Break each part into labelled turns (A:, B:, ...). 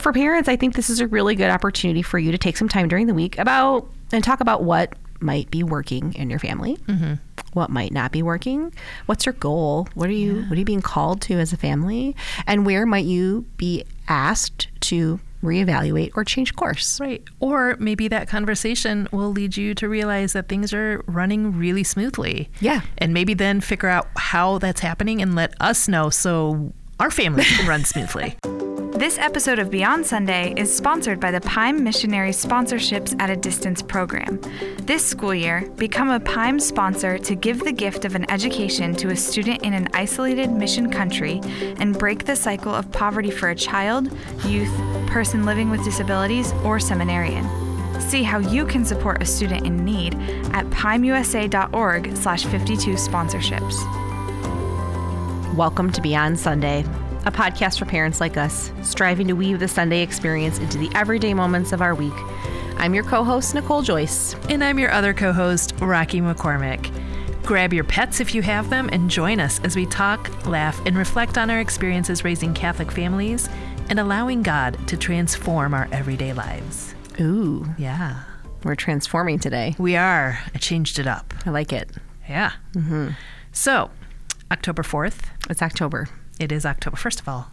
A: for parents, I think this is a really good opportunity for you to take some time during the week about and talk about what might be working in your family, what might not be working, what's your goal, what are you what are you being called to as a family, and where might you be asked to reevaluate or change course.
B: Right. Or maybe that conversation will lead you to realize that things are running really smoothly.
A: Yeah.
B: And maybe then figure out how that's happening and let us know so our family can run smoothly.
C: This episode of Beyond Sunday is sponsored by the PIME Missionary Sponsorships at a Distance program. This school year, become a PIME sponsor to give the gift of an education to a student in an isolated mission country and break the cycle of poverty for a child, youth, person living with disabilities, or seminarian. See how you can support a student in need at pimeusa.org slash 52 sponsorships.
A: Welcome to Beyond Sunday, a podcast for parents like us, striving to weave the Sunday experience into the everyday moments of our week. I'm your co host, Nicole Joyce.
B: And I'm your other co host, Rocky McCormick. Grab your pets if you have them and join us as we talk, laugh, and reflect on our experiences raising Catholic families and allowing God to transform our everyday lives.
A: Ooh,
B: Yeah,
A: we're transforming today.
B: we are. I changed it up.
A: I like it.
B: Yeah. Mm-hmm. So, October 4th,
A: It's October.
B: it is October. First of all,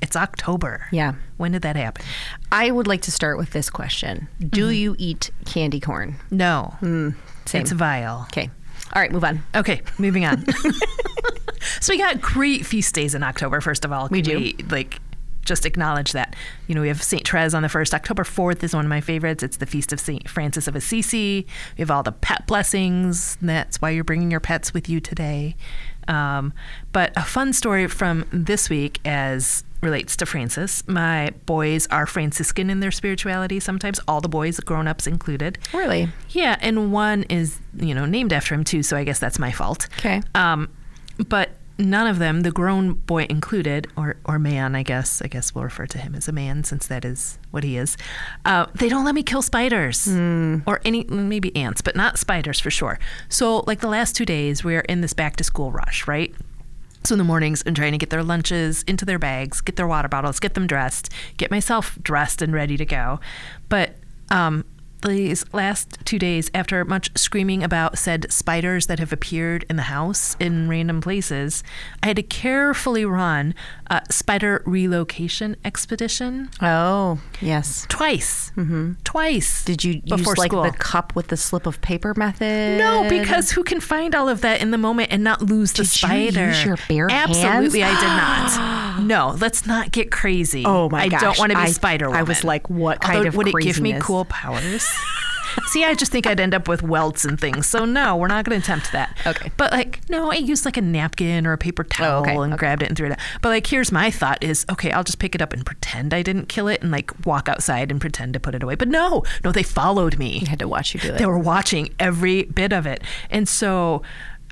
B: it's October.
A: Yeah.
B: When did that happen?
A: I would like to start with this question Do you eat candy corn?
B: No,
A: Hmm. Same.
B: it's vile.
A: okay. All right, move on.
B: Okay, moving on. so we got great feast days in October. First of all, we
A: do.
B: like just acknowledge that. You know, we have Saint Therese on the first. October fourth is one of my favorites. It's the feast of Saint Francis of Assisi. We have all the pet blessings. That's why you're bringing your pets with you today. Um, but a fun story from this week as relates to Francis. My boys are Franciscan in their spirituality sometimes, all the boys, grown ups included.
A: Really?
B: Yeah, and one is, you know, named after him too, so I guess that's my fault.
A: Okay.
B: Um, but none of them, the grown boy included, or or man, I guess, I guess we'll refer to him as a man since that is what he is. Uh, they don't let me kill spiders or any maybe ants, but not spiders for sure. So like the last two days, we're in this back to school rush, right? So in the mornings, I'm trying to get their lunches into their bags, get their water bottles, get them dressed, get myself dressed and ready to go. But um, these last two days, after much screaming about said spiders that have appeared in the house in random places, I had to carefully run a spider relocation expedition
A: Oh, yes.
B: twice. Mm-hmm. Twice.
A: Did you use
B: before
A: like
B: school.
A: the cup with the slip of paper method?
B: No, because who can find all of that in the moment and not lose the
A: Did you
B: spider?
A: use your bare
B: Absolutely,
A: hands?
B: I did not. No, let's not get crazy.
A: Oh my
B: I
A: gosh.
B: don't want to be
A: I-
B: spider
A: I was
B: woman.
A: like, what kind
B: Although,
A: of
B: would it give me
A: craziness?
B: cool powers? See, I just think I'd end up with welts and things. So no, we're not going to attempt that.
A: Okay. Oh,
B: But like, no, I used like a napkin or a paper towel
A: okay,
B: and
A: okay.
B: grabbed it and threw it out. But like, here's my thought: is okay, I'll just pick it up and pretend I didn't kill it and like walk outside and pretend to put it away. But no, no, they followed me.
A: I had to watch you do it.
B: They were watching every bit of it. And so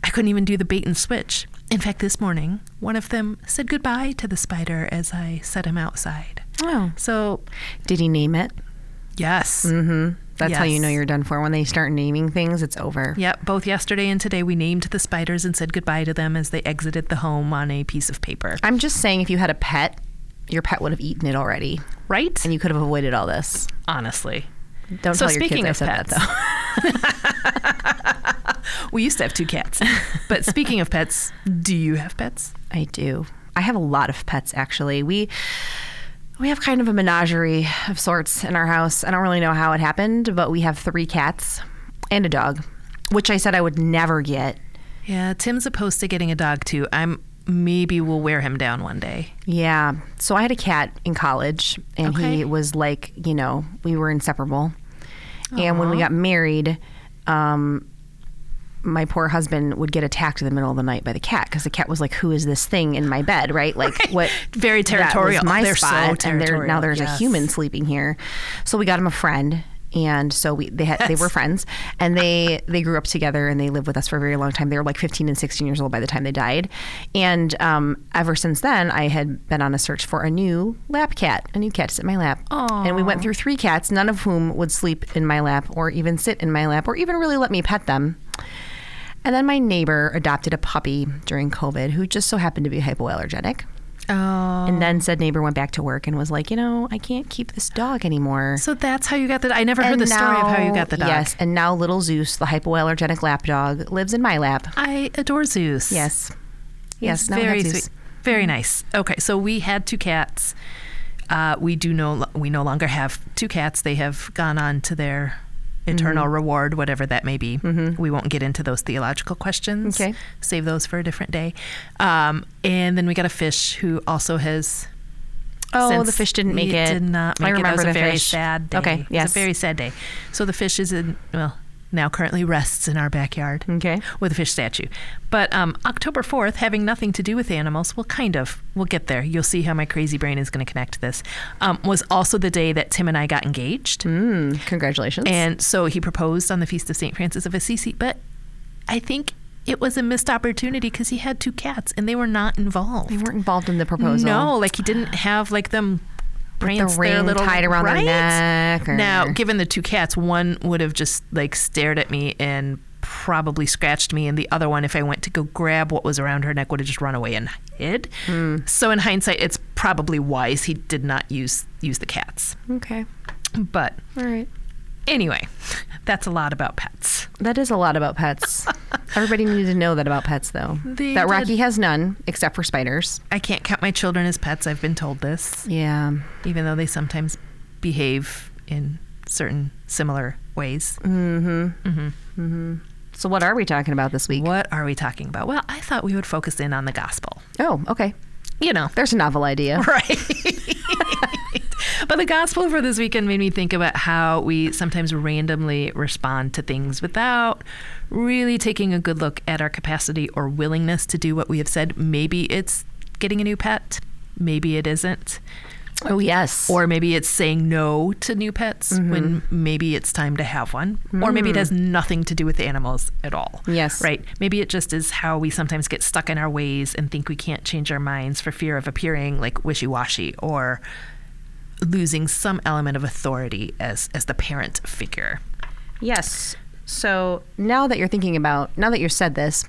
B: I couldn't even do the bait and switch. In fact, this morning, one of them said goodbye to the spider as I set him outside.
A: Oh.
B: So,
A: Did he name it?
B: yes.
A: Mm-hmm. That's how you know
B: Yes.
A: you're done for. When they start naming things, it's over.
B: Yep. Both yesterday and today, we named the spiders and said goodbye to them as they exited the home on a piece of paper.
A: I'm just saying, if you had a pet, your pet would have eaten it already,
B: Right?
A: and you could have avoided all this.
B: Honestly.
A: Don't
B: So
A: tell your
B: speaking
A: kids I said
B: of pets,
A: that though.
B: We used to have two cats. but speaking of pets, do you have pets?
A: I do. I have a lot of pets actually. We we have kind of a menagerie of sorts in our house. I don't really know how it happened, but we have three cats and a dog, which I said I would never get.
B: Yeah. Tim's opposed to getting a dog, too. I'm maybe we'll wear him down one day.
A: Yeah. So I had a cat in college, and
B: Okay.
A: he was like, you know, we were inseparable. And when we got married, um, my poor husband would get attacked in the middle of the night by the cat because the cat was like, "Who is this thing in my bed?" Right? Like what?
B: Very
A: that was
B: territorial.
A: my
B: They're so
A: spot, and there now
B: territorial,
A: there's a
B: yes.
A: human sleeping here. So we got him a friend. And so we they had, they were friends and they they grew up together and they lived with us for a very long time. They were like 15 and 16 years old by the time they died. And um, ever since then, I had been on a search for a new lap cat, a new cat to sit in my lap. And we went through three cats, none of whom would sleep in my lap or even sit in my lap or even really let me pet them. And then my neighbor adopted a puppy during COVID who just so happened to be hypoallergenic.
B: Oh.
A: And then said neighbor went back to work and was like, you know, I can't keep this dog anymore.
B: So that's how you got the. I never heard the story of how you got the dog.
A: Yes, and now little Zeus, the hypoallergenic lap dog, lives in my lap.
B: I adore Zeus.
A: Yes. Yes,
B: He's
A: now we have Mm-hmm.
B: very
A: Zeus.
B: sweet, very nice. Okay, so we had two cats. Uh, we do no, we no longer have two cats. They have gone on to their eternal
A: Mm-hmm.
B: reward, whatever that may be. We won't get into those theological questions.
A: Okay.
B: save those for a different day. Um, and then we got a fish who also has.
A: Oh,
B: since-
A: the fish didn't make it.
B: Did not
A: I
B: make it. That
A: remember
B: was a
A: the
B: very
A: fish.
B: sad day.
A: Okay,
B: It was
A: yes.
B: a very sad day. So the fish is in well now currently rests in our backyard
A: Okay.
B: with a fish statue. But um, October 4th, having nothing to do with animals, well, kind of, we'll get there. You'll see how my crazy brain is going to connect this, um, was also the day that Tim and I got engaged.
A: Mm, congratulations.
B: And so he proposed on the Feast of St. Francis of Assisi, but I think it was a missed opportunity because he had two cats and they were not involved.
A: they weren't involved in the proposal.
B: No, like he didn't have like them prance their
A: ring
B: little-
A: tied around their
B: Right?
A: neck or-
B: Now, given the two cats, one would have just like stared at me and probably scratched me, and the other one, if I went to go grab what was around her neck, would have just run away and hid.
A: Hmm.
B: So, in hindsight, it's probably wise he did not use use the cats.
A: Okay.
B: But
A: All right.
B: anyway, that's a lot about pets.
A: That is a lot about pets. Everybody needed to know that about pets, though.
B: They
A: that
B: did.
A: Rocky has none except for spiders.
B: I can't count my children as pets. I've been told this.
A: Yeah.
B: even though they sometimes behave in certain similar ways.
A: So what are we talking about this week?
B: What are we talking about? Well, I thought we would focus in on the gospel.
A: Oh, okay.
B: You know,
A: There's a novel idea.
B: right? but the gospel for this weekend made me think about how we sometimes randomly respond to things without really taking a good look at our capacity or willingness to do what we have said. Maybe it's getting a new pet, maybe it isn't.
A: Oh yes.
B: Or maybe it's saying no to new pets
A: Mm-hmm.
B: when maybe it's time to have one. Or maybe it has nothing to do with animals at all.
A: Mm. Yes.
B: Right? Maybe it just is how we sometimes get stuck in our ways and think we can't change our minds for fear of appearing like wishy washy or losing some element of authority as, as the parent figure.
A: Yes. So now that you're thinking about, now that you said this,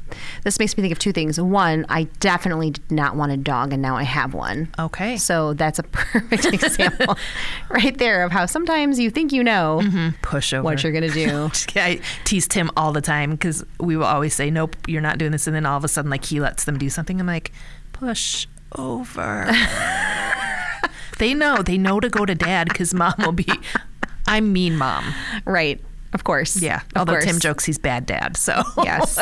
A: this makes me think of two things. One, I definitely did not want a dog, and now I have one.
B: Okay.
A: So that's a perfect example right there of how sometimes you think you know
B: Push over.
A: what you're going to do.
B: I tease Tim all the time because we will always say, "Nope, you're not doing this," and then all of a sudden, like he lets them do something. I'm like, "Push over." they know. They know to go to dad because mom will be. I'm mean mom.
A: right. Of course.
B: Yeah.
A: Of
B: Although
A: course.
B: Tim jokes he's bad dad. So
A: Yes.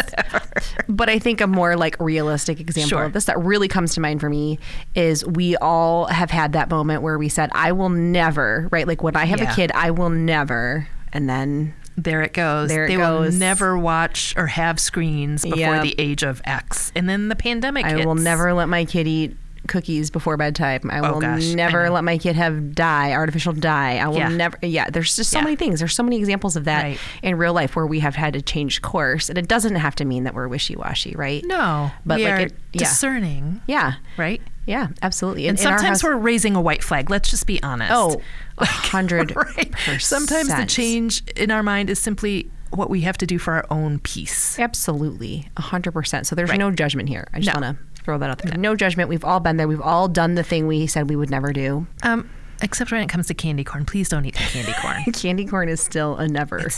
A: but I think a more like realistic example
B: Sure.
A: of this that really comes to mind for me is we all have had that moment where we said, I will never, right? Like when I have
B: Yeah.
A: a kid, I will never. And then
B: there it goes.
A: There it
B: they
A: goes.
B: will never watch or have screens before
A: Yep.
B: the age of X, and then the pandemic.
A: I will
B: hits.
A: never let my kid eat cookies before bedtime. I
B: Oh,
A: will
B: gosh, I
A: never
B: know.
A: let my kid have dye, artificial dye. I will
B: Yeah.
A: never. Yeah, there's just so
B: Yeah.
A: many things. There's so many examples of that
B: Right.
A: in real life where we have had to change course, and it doesn't have to mean that we're wishy washy, right?
B: No,
A: But
B: we
A: like
B: are
A: it- yeah.
B: discerning,
A: Yeah.
B: right?
A: Yeah. Absolutely.
B: And
A: in our
B: sometimes
A: house-
B: we're raising a white flag. Let's just be honest.
A: Oh, a hundred
B: right. Sometimes the
A: percent.
B: change in our mind is simply what we have to do for our own peace.
A: Absolutely, a hundred percent. So there's
B: Right.
A: no judgment here. I just
B: No.
A: want to throw that out there. No judgment. We've all been there. We've all done the thing we said we would never do.
B: Um, except when it comes to candy corn, please don't eat the candy corn.
A: Candy corn is still a never.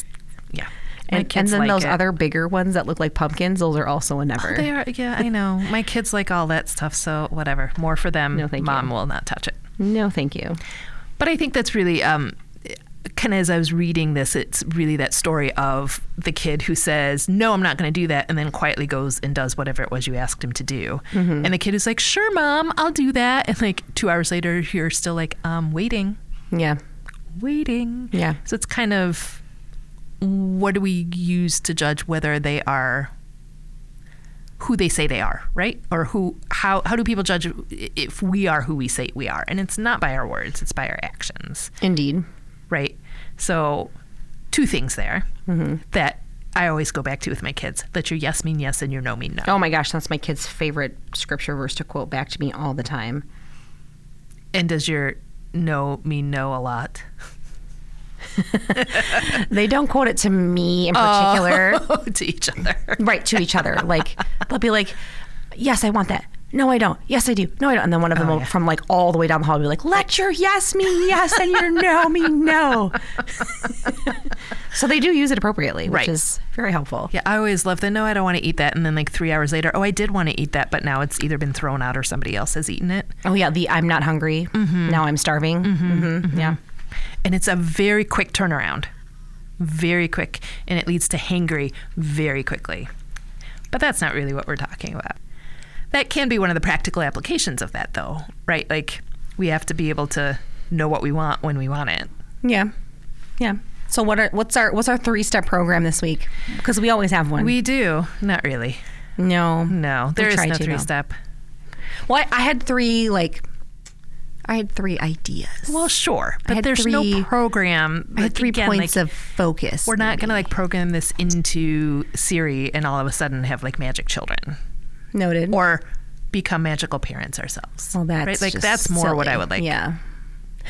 B: yeah, My
A: and, and
B: kids
A: then
B: like
A: those
B: it. Oh,
A: other bigger ones that look like pumpkins, those are also a never.
B: They are. Yeah, I know. My kids like all that stuff, so whatever. More for them.
A: No, thank you.
B: Mom will not touch it.
A: no, thank you.
B: But I think that's really um, kind of as I was reading this, it's really that story of the kid who says, "No, I'm not going to do that," and then quietly goes and does whatever it was you asked him to do. And the kid is like, "Sure, mom, I'll do that." And like two hours later, you're still like, "I'm waiting,
A: Yeah,
B: waiting."
A: Yeah.
B: So it's kind of what do we use to judge whether they are who they say they are, right? Or who how how do people judge i- if we are who we say we are? And it's not by our words, it's by our actions
A: indeed.
B: right? So, two things there that I always go back to with my kids: let your yes mean yes and your no mean no.
A: Oh my gosh, that's my kid's favorite scripture verse to quote back to me all the time.
B: And does your no mean no a lot?
A: They don't quote it to me
B: Oh.
A: in particular,
B: to each other.
A: right to each other. Like they'll be like, "Yes, I want that. No, I don't. Yes, I do. No, I don't. And then one of them will-
B: yeah.
A: from like all the way down the hall will be like, let your yes mean yes and your no mean no. so they do use it appropriately, which
B: Right.
A: is very helpful.
B: Yeah, I always love the no, I don't want to eat that. And then, like, three hours later, oh, I did want to eat that, but now it's either been thrown out or somebody else has eaten it.
A: Oh, yeah. The I'm not hungry. Now I'm starving. Mm-hmm. Yeah.
B: And it's a very quick turnaround, very quick. And it leads to hangry very quickly. But that's not really what we're talking about. That can be one of the practical applications of that, though, right? Like, we have to be able to know what we want when we want it.
A: Yeah. Yeah. So what are what's our what's our three step program this week? Because we always have one.
B: We do. Not really.
A: no
B: No,
A: We
B: there is
A: try
B: no
A: to,
B: three step.
A: Well, I, I had three like I had three ideas.
B: Well, sure,
A: I
B: but
A: had
B: there's no
A: three-
B: program.
A: I had
B: like,
A: three
B: again,
A: points
B: like,
A: of focus.
B: We're not going to
A: maybe.
B: like program this into Siri and all of a sudden have like magic children
A: noted
B: or become magical parents ourselves.
A: well, that's
B: right? Like
A: just
B: that's more what I
A: silly.
B: would like.
A: Yeah.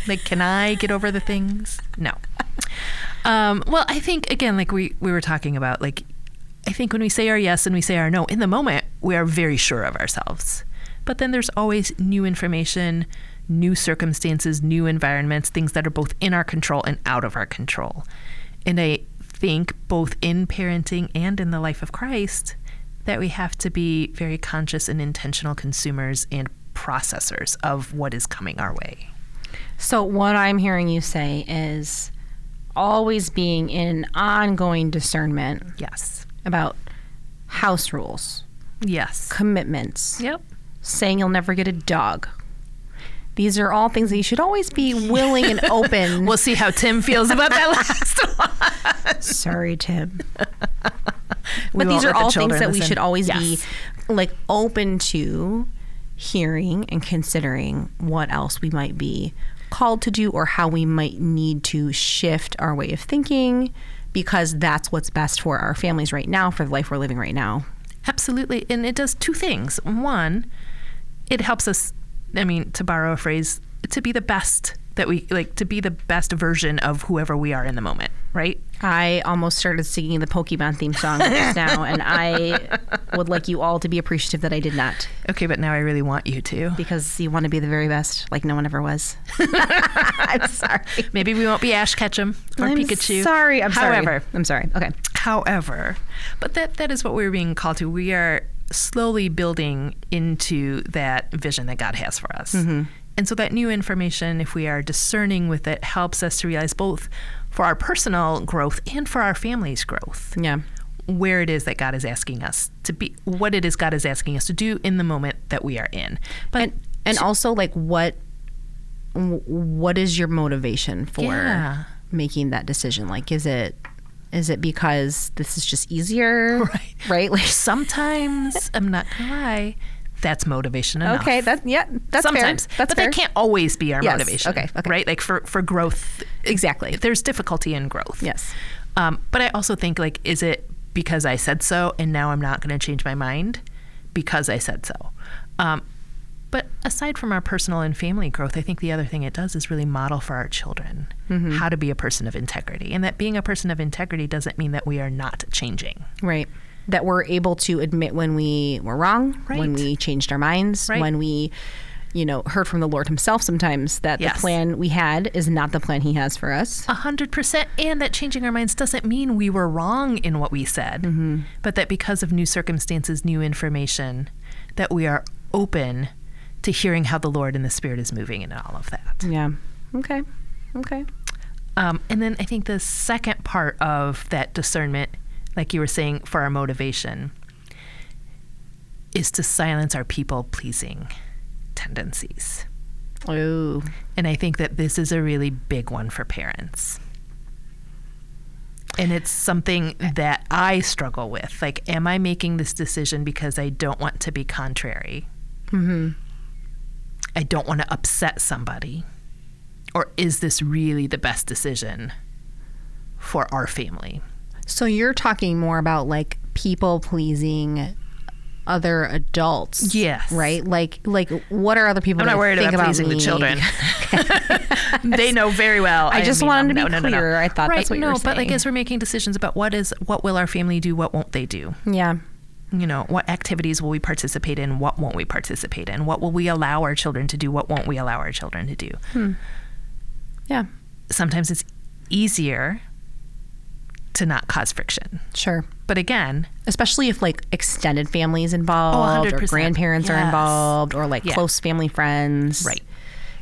B: Like, can I get over the things? No. Um, well, I think again, like we we were talking about, like I think when we say our yes and we say our no, in the moment we are very sure of ourselves. But then there's always new information, new circumstances, new environments, things that are both in our control and out of our control. And I think both in parenting and in the life of Christ that we have to be very conscious and intentional consumers and processors of what is coming our way.
A: So what I'm hearing you say is always being in ongoing discernment
B: Yes.
A: about house rules,
B: Yes.
A: commitments,
B: Yep.
A: saying you'll never get a dog. These are all things that you should always be willing and open.
B: We'll see how Tim feels about that last one.
A: Sorry, Tim.
B: We
A: but
B: won't
A: these are
B: let the
A: all things
B: children
A: that we
B: listen.
A: should always
B: Yes.
A: be like open to hearing and considering what else we might be called to do or how we might need to shift our way of thinking because that's what's best for our families right now for the life we're living right now.
B: Absolutely. And it does two things. One, it helps us, I mean, to borrow a phrase, to be the best that we like, to be the best version of whoever we are in the moment, right?
A: I almost started singing the Pokemon theme song just now and I would like you all to be appreciative that I did not
B: Okay, but now I really want you to.
A: because you want to be the very best like no one ever was. I'm sorry.
B: Maybe we won't be Ash Ketchum or
A: I'm
B: Pikachu.
A: Sorry, I'm sorry.
B: However,
A: I'm sorry. Okay.
B: However, but that that is what we're being called to. We are slowly building into that vision that God has for us.
A: Mm-hmm.
B: And so that new information, if we are discerning with it, helps us to realize both for our personal growth and for our family's growth
A: Yeah.
B: where it is that God is asking us to be, what it is God is asking us to do in the moment that we are in. But
A: and and also like what wh- what is your motivation for
B: Yeah.
A: making that decision like is it is it because this is just easier
B: Right.
A: right like
B: sometimes, I'm not going to lie, that's motivation enough.
A: okay that yeah that's fair.
B: sometimes
A: that's
B: but
A: fair.
B: that can't always be our
A: Yes.
B: motivation
A: Okay. Okay.
B: right like for for growth
A: Exactly.
B: there's difficulty in growth
A: Yes.
B: um, but i also think like is it because i said so and now i'm not going to change my mind because i said so um, but aside from our personal and family growth i think the other thing it does is really model for our children
A: Mm-hmm.
B: how to be a person of integrity and that being a person of integrity doesn't mean that we are not changing
A: right that we're able to admit when we were wrong when
B: Right.
A: we changed our minds
B: Right.
A: when we you know heard from the lord himself sometimes that the
B: Yes.
A: plan we had is not the plan he has for us
B: A hundred percent, and that changing our minds doesn't mean we were wrong in what we said, but that because of new circumstances, new information, that we are open to hearing how the Lord and the Spirit is moving in all of that.
A: yeah okay okay
B: Um, and then I think the second part of that discernment, like you were saying, for our motivation, is to silence our people pleasing tendencies.
A: oh
B: And I think that this is a really big one for parents. And it's something that I struggle with. Like, am I making this decision because I don't want to be contrary? I don't want to upset somebody? Or is this really the best decision for our family?
A: So you're talking more about like people pleasing other adults.
B: Yes.
A: Right? Like like what are other people
B: I'm not
A: gonna
B: worried
A: think
B: about, pleasing
A: me?
B: the children. they know very well.
A: I just
B: mean
A: wanted
B: them.
A: to be
B: No, no, no, no.
A: clear. I thought
B: right,
A: that's what you
B: no,
A: were
B: but like
A: saying.
B: as we're making decisions about what is what will our family do, what won't they do,
A: Yeah.
B: you know, what activities will we participate in? What won't we participate in? What will we allow our children to do? What won't we allow our children to do?
A: Hmm. Yeah.
B: Sometimes it's easier to not cause friction.
A: Sure.
B: But again,
A: Especially if like extended families involved, or
B: 100%.
A: grandparents are
B: Yes.
A: involved, or like
B: Yeah.
A: close family friends.
B: Right.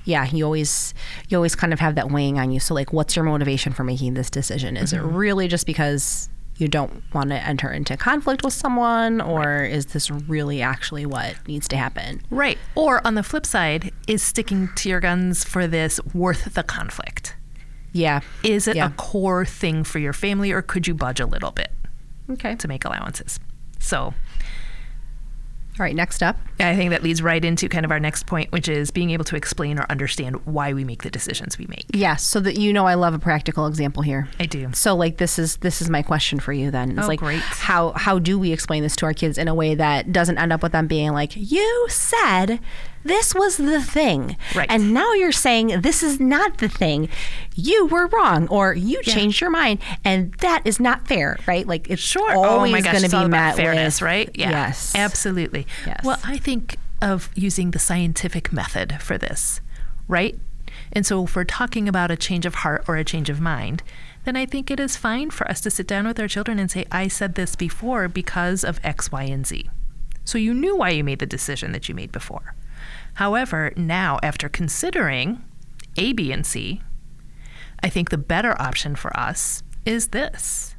A: Yeah, you always you always kind of have that weighing on you. So like, what's your motivation for making this decision? Is
B: Mm-hmm.
A: it really just because you don't want to enter into conflict with someone, or is this really actually what needs to happen?
B: Right. Or on the flip side, is sticking to your guns for this worth the conflict?
A: Yeah.
B: Is it
A: Yeah.
B: a core thing for your family, or could you budge a little bit
A: Okay. All
B: to make allowances? So
A: right. Next up.
B: I think that leads right into kind of our next point, which is being able to explain or understand why we make the decisions we make.
A: Yeah. So that you know, I love a practical example here.
B: I do.
A: So like this is this is my question for you then. It's
B: Oh,
A: like
B: great.
A: how how do we explain this to our kids in a way that doesn't end up with them being like, You said this was the thing.
B: Right.
A: And now you're saying this is not the thing. You were wrong or you changed your mind and that is not fair, right? Like it's
B: Sure.
A: always
B: oh my gosh,
A: gonna
B: it's
A: be
B: all
A: met
B: about fairness,
A: with,
B: right? Yeah.
A: Yes.
B: Absolutely.
A: Yes.
B: Well, I think of using the scientific method for this, right? And so if we're talking about a change of heart or a change of mind, then I think it is fine for us to sit down with our children and say, I said this before because of X, Y, and Z. So you knew why you made the decision that you made before. However, now after considering A, B, and C, I think the better option for us is this.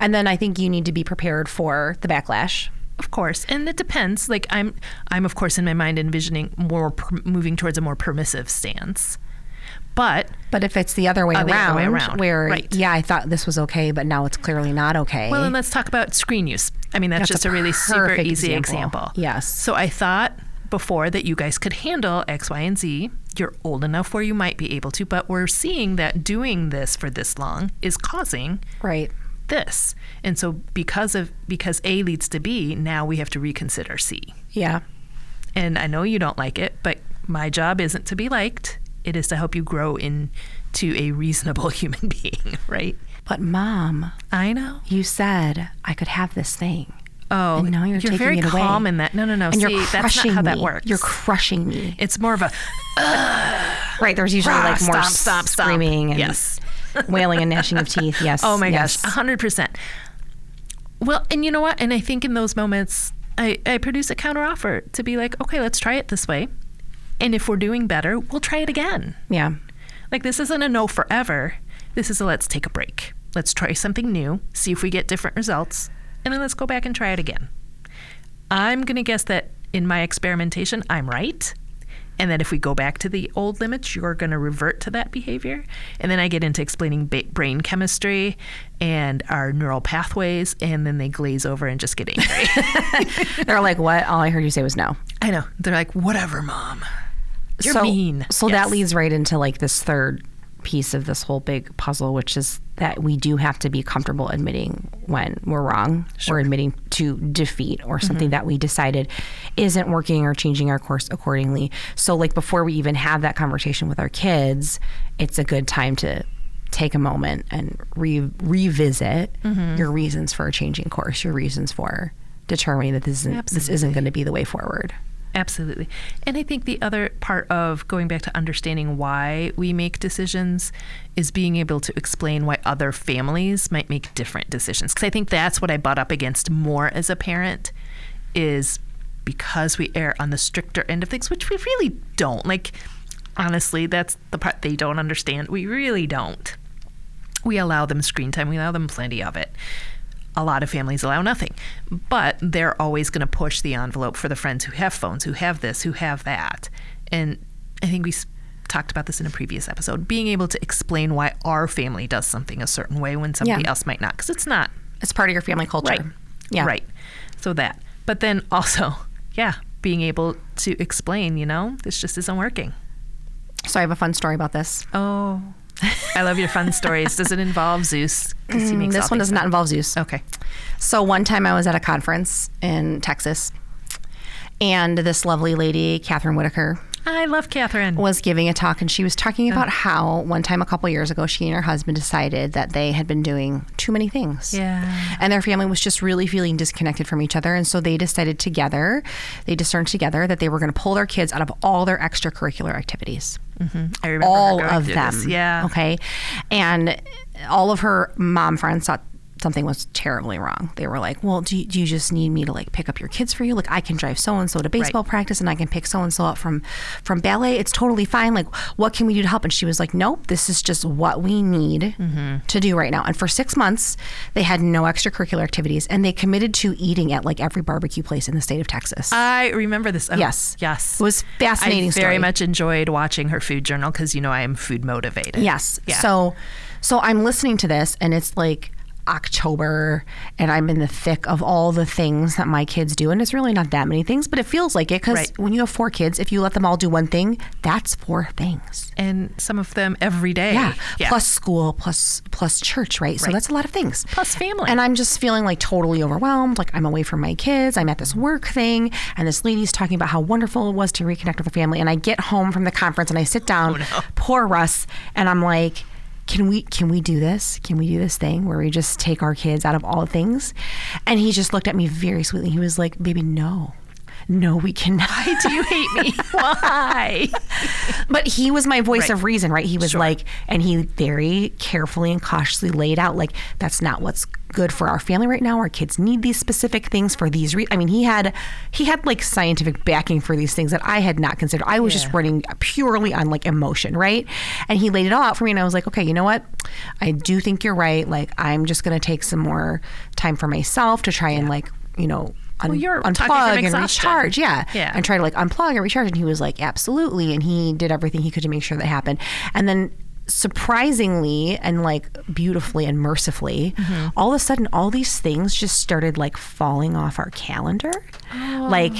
A: And then I think you need to be prepared for the backlash.
B: Of course, and it depends. Like I'm, I'm of course in my mind envisioning more per- moving towards a more permissive stance, but
A: But if it's Oh, the other way,
B: Uh,
A: around,
B: the other way around,
A: where
B: right.
A: yeah, I thought this was okay, but now it's clearly not okay.
B: well, and let's talk about screen use. I mean, that's,
A: That's
B: just
A: a
B: a, really super
A: perfect
B: easy
A: example.
B: example.
A: Yes.
B: So I thought before that you guys could handle X, Y, and Z. You're old enough where you might be able to, but we're seeing that doing this for this long is causing
A: right.
B: this, and so because of because A leads to B, now we have to reconsider C.
A: Yeah.
B: And I know you don't like it, but my job isn't to be liked. It is to help you grow into a reasonable human being, right?
A: But mom,
B: I know.
A: you said I could have this thing.
B: Oh,
A: and now you're, taking
B: very
A: it away.
B: calm in that. No, no, no.
A: And
B: See,
A: you're
B: that's not
A: crushing
B: how that
A: me.
B: works.
A: You're crushing me.
B: it's more of a
A: Right. There's usually
B: Rah,
A: like more
B: Ah, stomp, stomp, stomp.
A: screaming and
B: Yes.
A: wailing and gnashing of teeth. Yes.
B: oh my
A: yes.
B: gosh, hundred percent. Well, and you know what? And I think in those moments, I I produce a counteroffer to be like, okay, let's try it this way, and if we're doing better, we'll try it again.
A: Yeah.
B: Like this isn't a no forever. This is a let's take a break. Let's try something new, see if we get different results, and then let's go back and try it again. I'm going to guess that in my experimentation, I'm right. And that if we go back to the old limits, you're going to revert to that behavior. And then I get into explaining ba- brain chemistry and our neural pathways, and then they glaze over and just get angry.
A: They're like, what? All I heard you say was no.
B: I know. They're like, whatever, mom. You're
A: so,
B: mean.
A: So that
B: Yes.
A: leads right into like this third piece of this whole big puzzle, which is that we do have to be comfortable admitting when we're wrong or admitting to defeat or something
B: Mm-hmm.
A: that we decided isn't working or changing our course accordingly. So like before we even have that conversation with our kids, it's a good time to take a moment and re- revisit
B: Mm-hmm.
A: your reasons for changing course, your reasons for determining that this isn't this isn't going to be the way forward.
B: Absolutely. And I think the other part of going back to understanding why we make decisions is being able to explain why other families might make different decisions. Because I think that's what I butt up against more as a parent is because we err on the stricter end of things, which we really don't. Like, honestly, that's the part they don't understand. We really don't. We allow them screen time, we allow them plenty of it. A lot of families allow nothing, but they're always going to push the envelope for the friends who have phones, who have this, who have that. And I think we s- talked about this in a previous episode being able to explain why our family does something a certain way when somebody
A: Yeah.
B: else might not, because it's not
A: It's part of your family culture.
B: Right.
A: Yeah.
B: Right. So that. But then also, yeah, being able to explain, you know, this just isn't working.
A: So I have a fun story about this. Um,
B: Oh. I love your fun stories. Does it involve Zeus? 'Cause he makes all
A: Mm, this one
B: things
A: does not involve Zeus.
B: up. Okay.
A: So one time I was at a conference in Texas, and this lovely lady, Catherine Whitaker,
B: I love Catherine.
A: was giving a talk and she was talking
B: Oh.
A: about how one time a couple years ago she and her husband decided that they had been doing too many things.
B: Yeah.
A: And their family was just really feeling disconnected from each other and so they decided together, they discerned together that they were going to pull their kids out of all their extracurricular activities.
B: I remember her
A: All
B: going
A: of
B: through
A: them.
B: this. Yeah.
A: Okay. And all of her mom friends thought something was terribly wrong. They were like, well, do you, do you just need me to like pick up your kids for you? Like I can drive so-and-so to baseball practice and I can pick so-and-so up from, from ballet. It's totally fine. Like what can we do to help? And she was like, nope, this is just what we need
B: Mm-hmm.
A: to do right now. And for six months, they had no extracurricular activities and they committed to eating at like every barbecue place in the state of Texas.
B: I remember this. Oh,
A: Yes.
B: Yes.
A: It was fascinating
B: I very
A: story.
B: much enjoyed watching her food journal because you know I am food motivated.
A: Yes.
B: Yeah.
A: So so I'm listening to this and it's like October and I'm in the thick of all the things that my kids do and it's really not that many things but it feels like it cuz
B: Right.
A: when you have four kids if you let them all do one thing that's four things.
B: and some of them every day.
A: Yeah. Plus school plus plus church, right? So that's a lot of things.
B: Plus family.
A: And I'm just feeling like totally overwhelmed, like I'm away from my kids, I'm at this work thing and this lady's talking about how wonderful it was to reconnect with her family and I get home from the conference and I sit down
B: Oh,
A: poor Russ and I'm like can we can we do this? Can we do this thing where we just take our kids out of all things? And he just looked at me very sweetly. He was like, "Baby, no. No, we cannot."
B: do you hate me? Why?
A: But he was my voice
B: Right.
A: of reason, right? He was like, and he very carefully and cautiously laid out, like, that's not what's good for our family right now. Our kids need these specific things for these reasons. I mean, he had, he had like scientific backing for these things that I had not considered. I was just running purely on like emotion, right? And he laid it all out for me, and I was like, okay, you know what? I do think you're right. Like, I'm just gonna take some more time for myself to try and like, you know. Un-
B: Well, you're talking from
A: unplug and
B: exhaustion.
A: recharge, yeah,
B: Yeah.
A: and try to like unplug and recharge. And he was like, absolutely. And he did everything he could to make sure that happened. And then surprisingly and like beautifully and mercifully, all of a sudden, all these things just started like falling off our calendar. Like,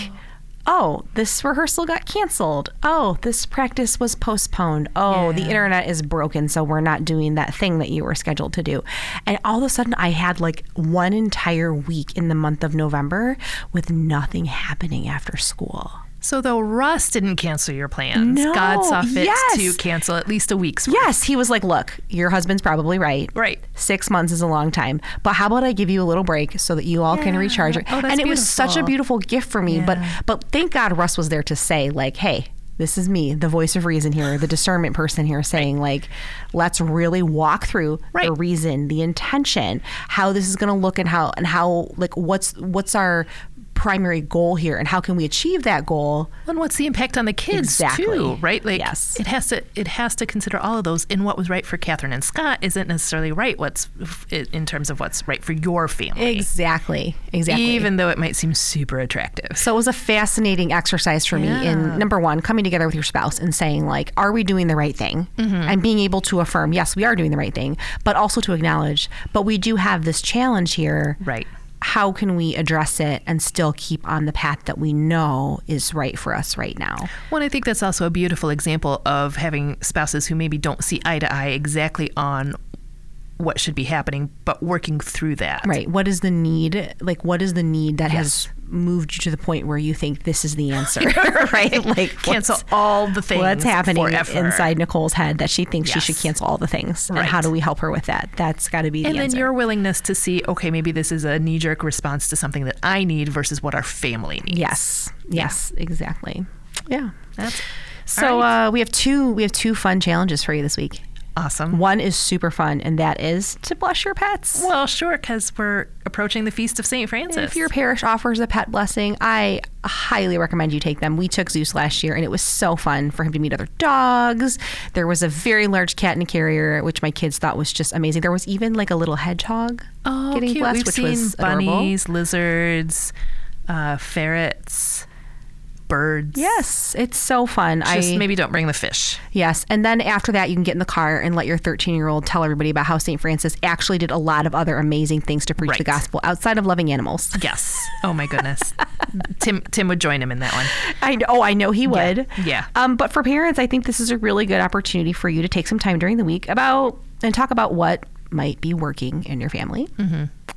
A: oh, this rehearsal got canceled. Oh, this practice was postponed. Oh, the internet is broken, so we're not doing that thing that you were scheduled to do. And all of a sudden, I had like one entire week in the month of November with nothing happening after school.
B: So though Russ didn't cancel your plans,
A: No,
B: God saw fit
A: yes.
B: to cancel at least a week's worth.
A: Yes, he was like, look, your husband's probably right.
B: Right.
A: Six months is a long time, but how about I give you a little break so that you all can
B: Yeah.
A: recharge?
B: Oh, that's
A: and it was such a beautiful gift for me. But
B: Yeah.
A: but thank God Russ was there to say like, hey. This is me, the voice of reason here, the discernment person here saying, like, let's really walk through the
B: Right.
A: reason, the intention, how this is gonna look and how and how like what's what's our primary goal here and how can we achieve that goal?
B: And what's the impact on the kids
A: Exactly.
B: too, right? Like
A: Yes.
B: it has to it has to consider all of those. And what was right for Catherine and Scott isn't necessarily right. What's in terms of what's right for your family,
A: Exactly. Exactly.
B: even though it might seem super attractive.
A: So it was a fascinating exercise for me
B: Yeah.
A: in number one, coming together with your spouse and saying, like, are we doing the right thing?
B: Mm-hmm.
A: And being able to affirm, yes, we are doing the right thing, but also to acknowledge, but we do have this challenge here.
B: Right.
A: How can we address it and still keep on the path that we know is right for us right now?
B: Well, I think that's also a beautiful example of having spouses who maybe don't see eye to eye exactly on what should be happening, but working through that.
A: Right. What is the need? Like, what is the need that has moved you to the point where you think this is the answer? right. Like,
B: Cancel
A: what's-
B: all the things.
A: what's happening
B: forever.
A: inside Nicole's head that she thinks
B: Yes.
A: she should cancel all the things. And
B: Right.
A: how do we help her with that? That's got to be the
B: And then
A: answer.
B: your willingness to see, okay, maybe this is a knee jerk response to something that I need versus what our family needs.
A: yes, yes, exactly. Yeah.
B: That's
A: So
B: All right.
A: uh, we have two we have two fun challenges for you this week.
B: awesome.
A: One is super fun, and that is to bless your pets.
B: Well, sure, because we're approaching the Feast of St. Francis.
A: If your parish offers a pet blessing, I highly recommend you take them. We took Zeus last year and it was so fun for him to meet other dogs. There was a very large cat in a carrier, which my kids thought was just amazing. There was even like a little hedgehog
B: oh,
A: getting
B: cute.
A: blessed,
B: We've
A: which
B: seen
A: was adorable.
B: bunnies, lizards, uh, ferrets, birds.
A: Yes, it's so fun.
B: Just
A: I
B: maybe don't bring the fish.
A: yes, and then after that, you can get in the car and let your 13 year old tell everybody about how St. Francis actually did a lot of other amazing things to preach the
B: Right.
A: gospel outside of loving animals.
B: Yes. Oh my goodness. Tim Tim would join him in that one.
A: I know, oh, I know he would.
B: yeah.
A: Um, but for parents, I think this is a really good opportunity for
B: Mm-hmm.
A: you to take some time during the week about and talk about what might be working in your family,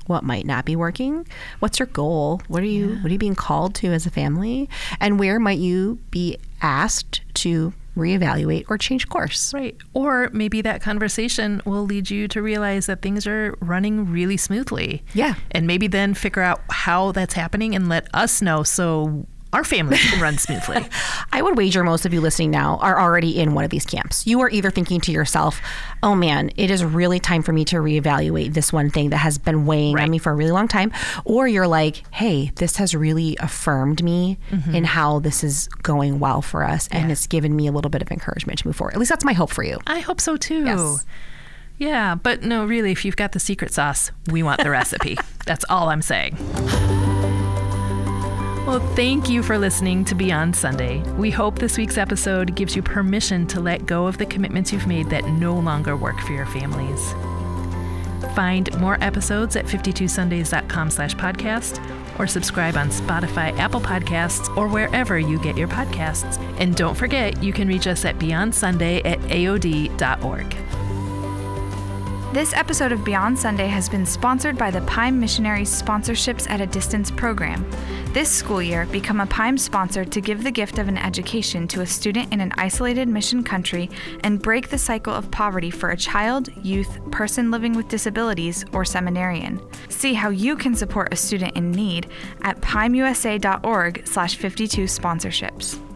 A: what might not be working what's your goal what are you what are you being called to as a family and where might you be asked to reevaluate or change course
B: Right. Or maybe that conversation will lead you to realize that things are running really smoothly.
A: Yeah.
B: And maybe then figure out how that's happening and let us know so our family can run smoothly.
A: I would wager most of you listening now are already in one of these camps. You are either thinking to yourself, oh man, it is really time for me to reevaluate this one thing that has been weighing on me for a really long time. Or you're like, hey, this has really affirmed me in how this is going well for us. And it's given me a little bit of encouragement to move forward. At least that's my hope for you.
B: I hope so too.
A: Yes.
B: Yeah, but no, really, if you've got the secret sauce, we want the recipe. That's all I'm saying. Well, thank you for listening to Beyond Sunday. We hope this week's episode gives you permission to let go of the commitments you've made that no longer work for your families. Find more episodes at 52sundays.com slash podcast or subscribe on Spotify, Apple Podcasts, or wherever you get your podcasts. And don't forget, you can reach us at beyondsunday at aod.org.
C: This episode of Beyond Sunday has been sponsored by the Pime Missionaries Sponsorships at a Distance program. This school year, become a Pime sponsor to give the gift of an education to a student in an isolated mission country and break the cycle of poverty for a child, youth, person living with disabilities, or seminarian. See how you can support a student in need at pimeusa.org/52sponsorships.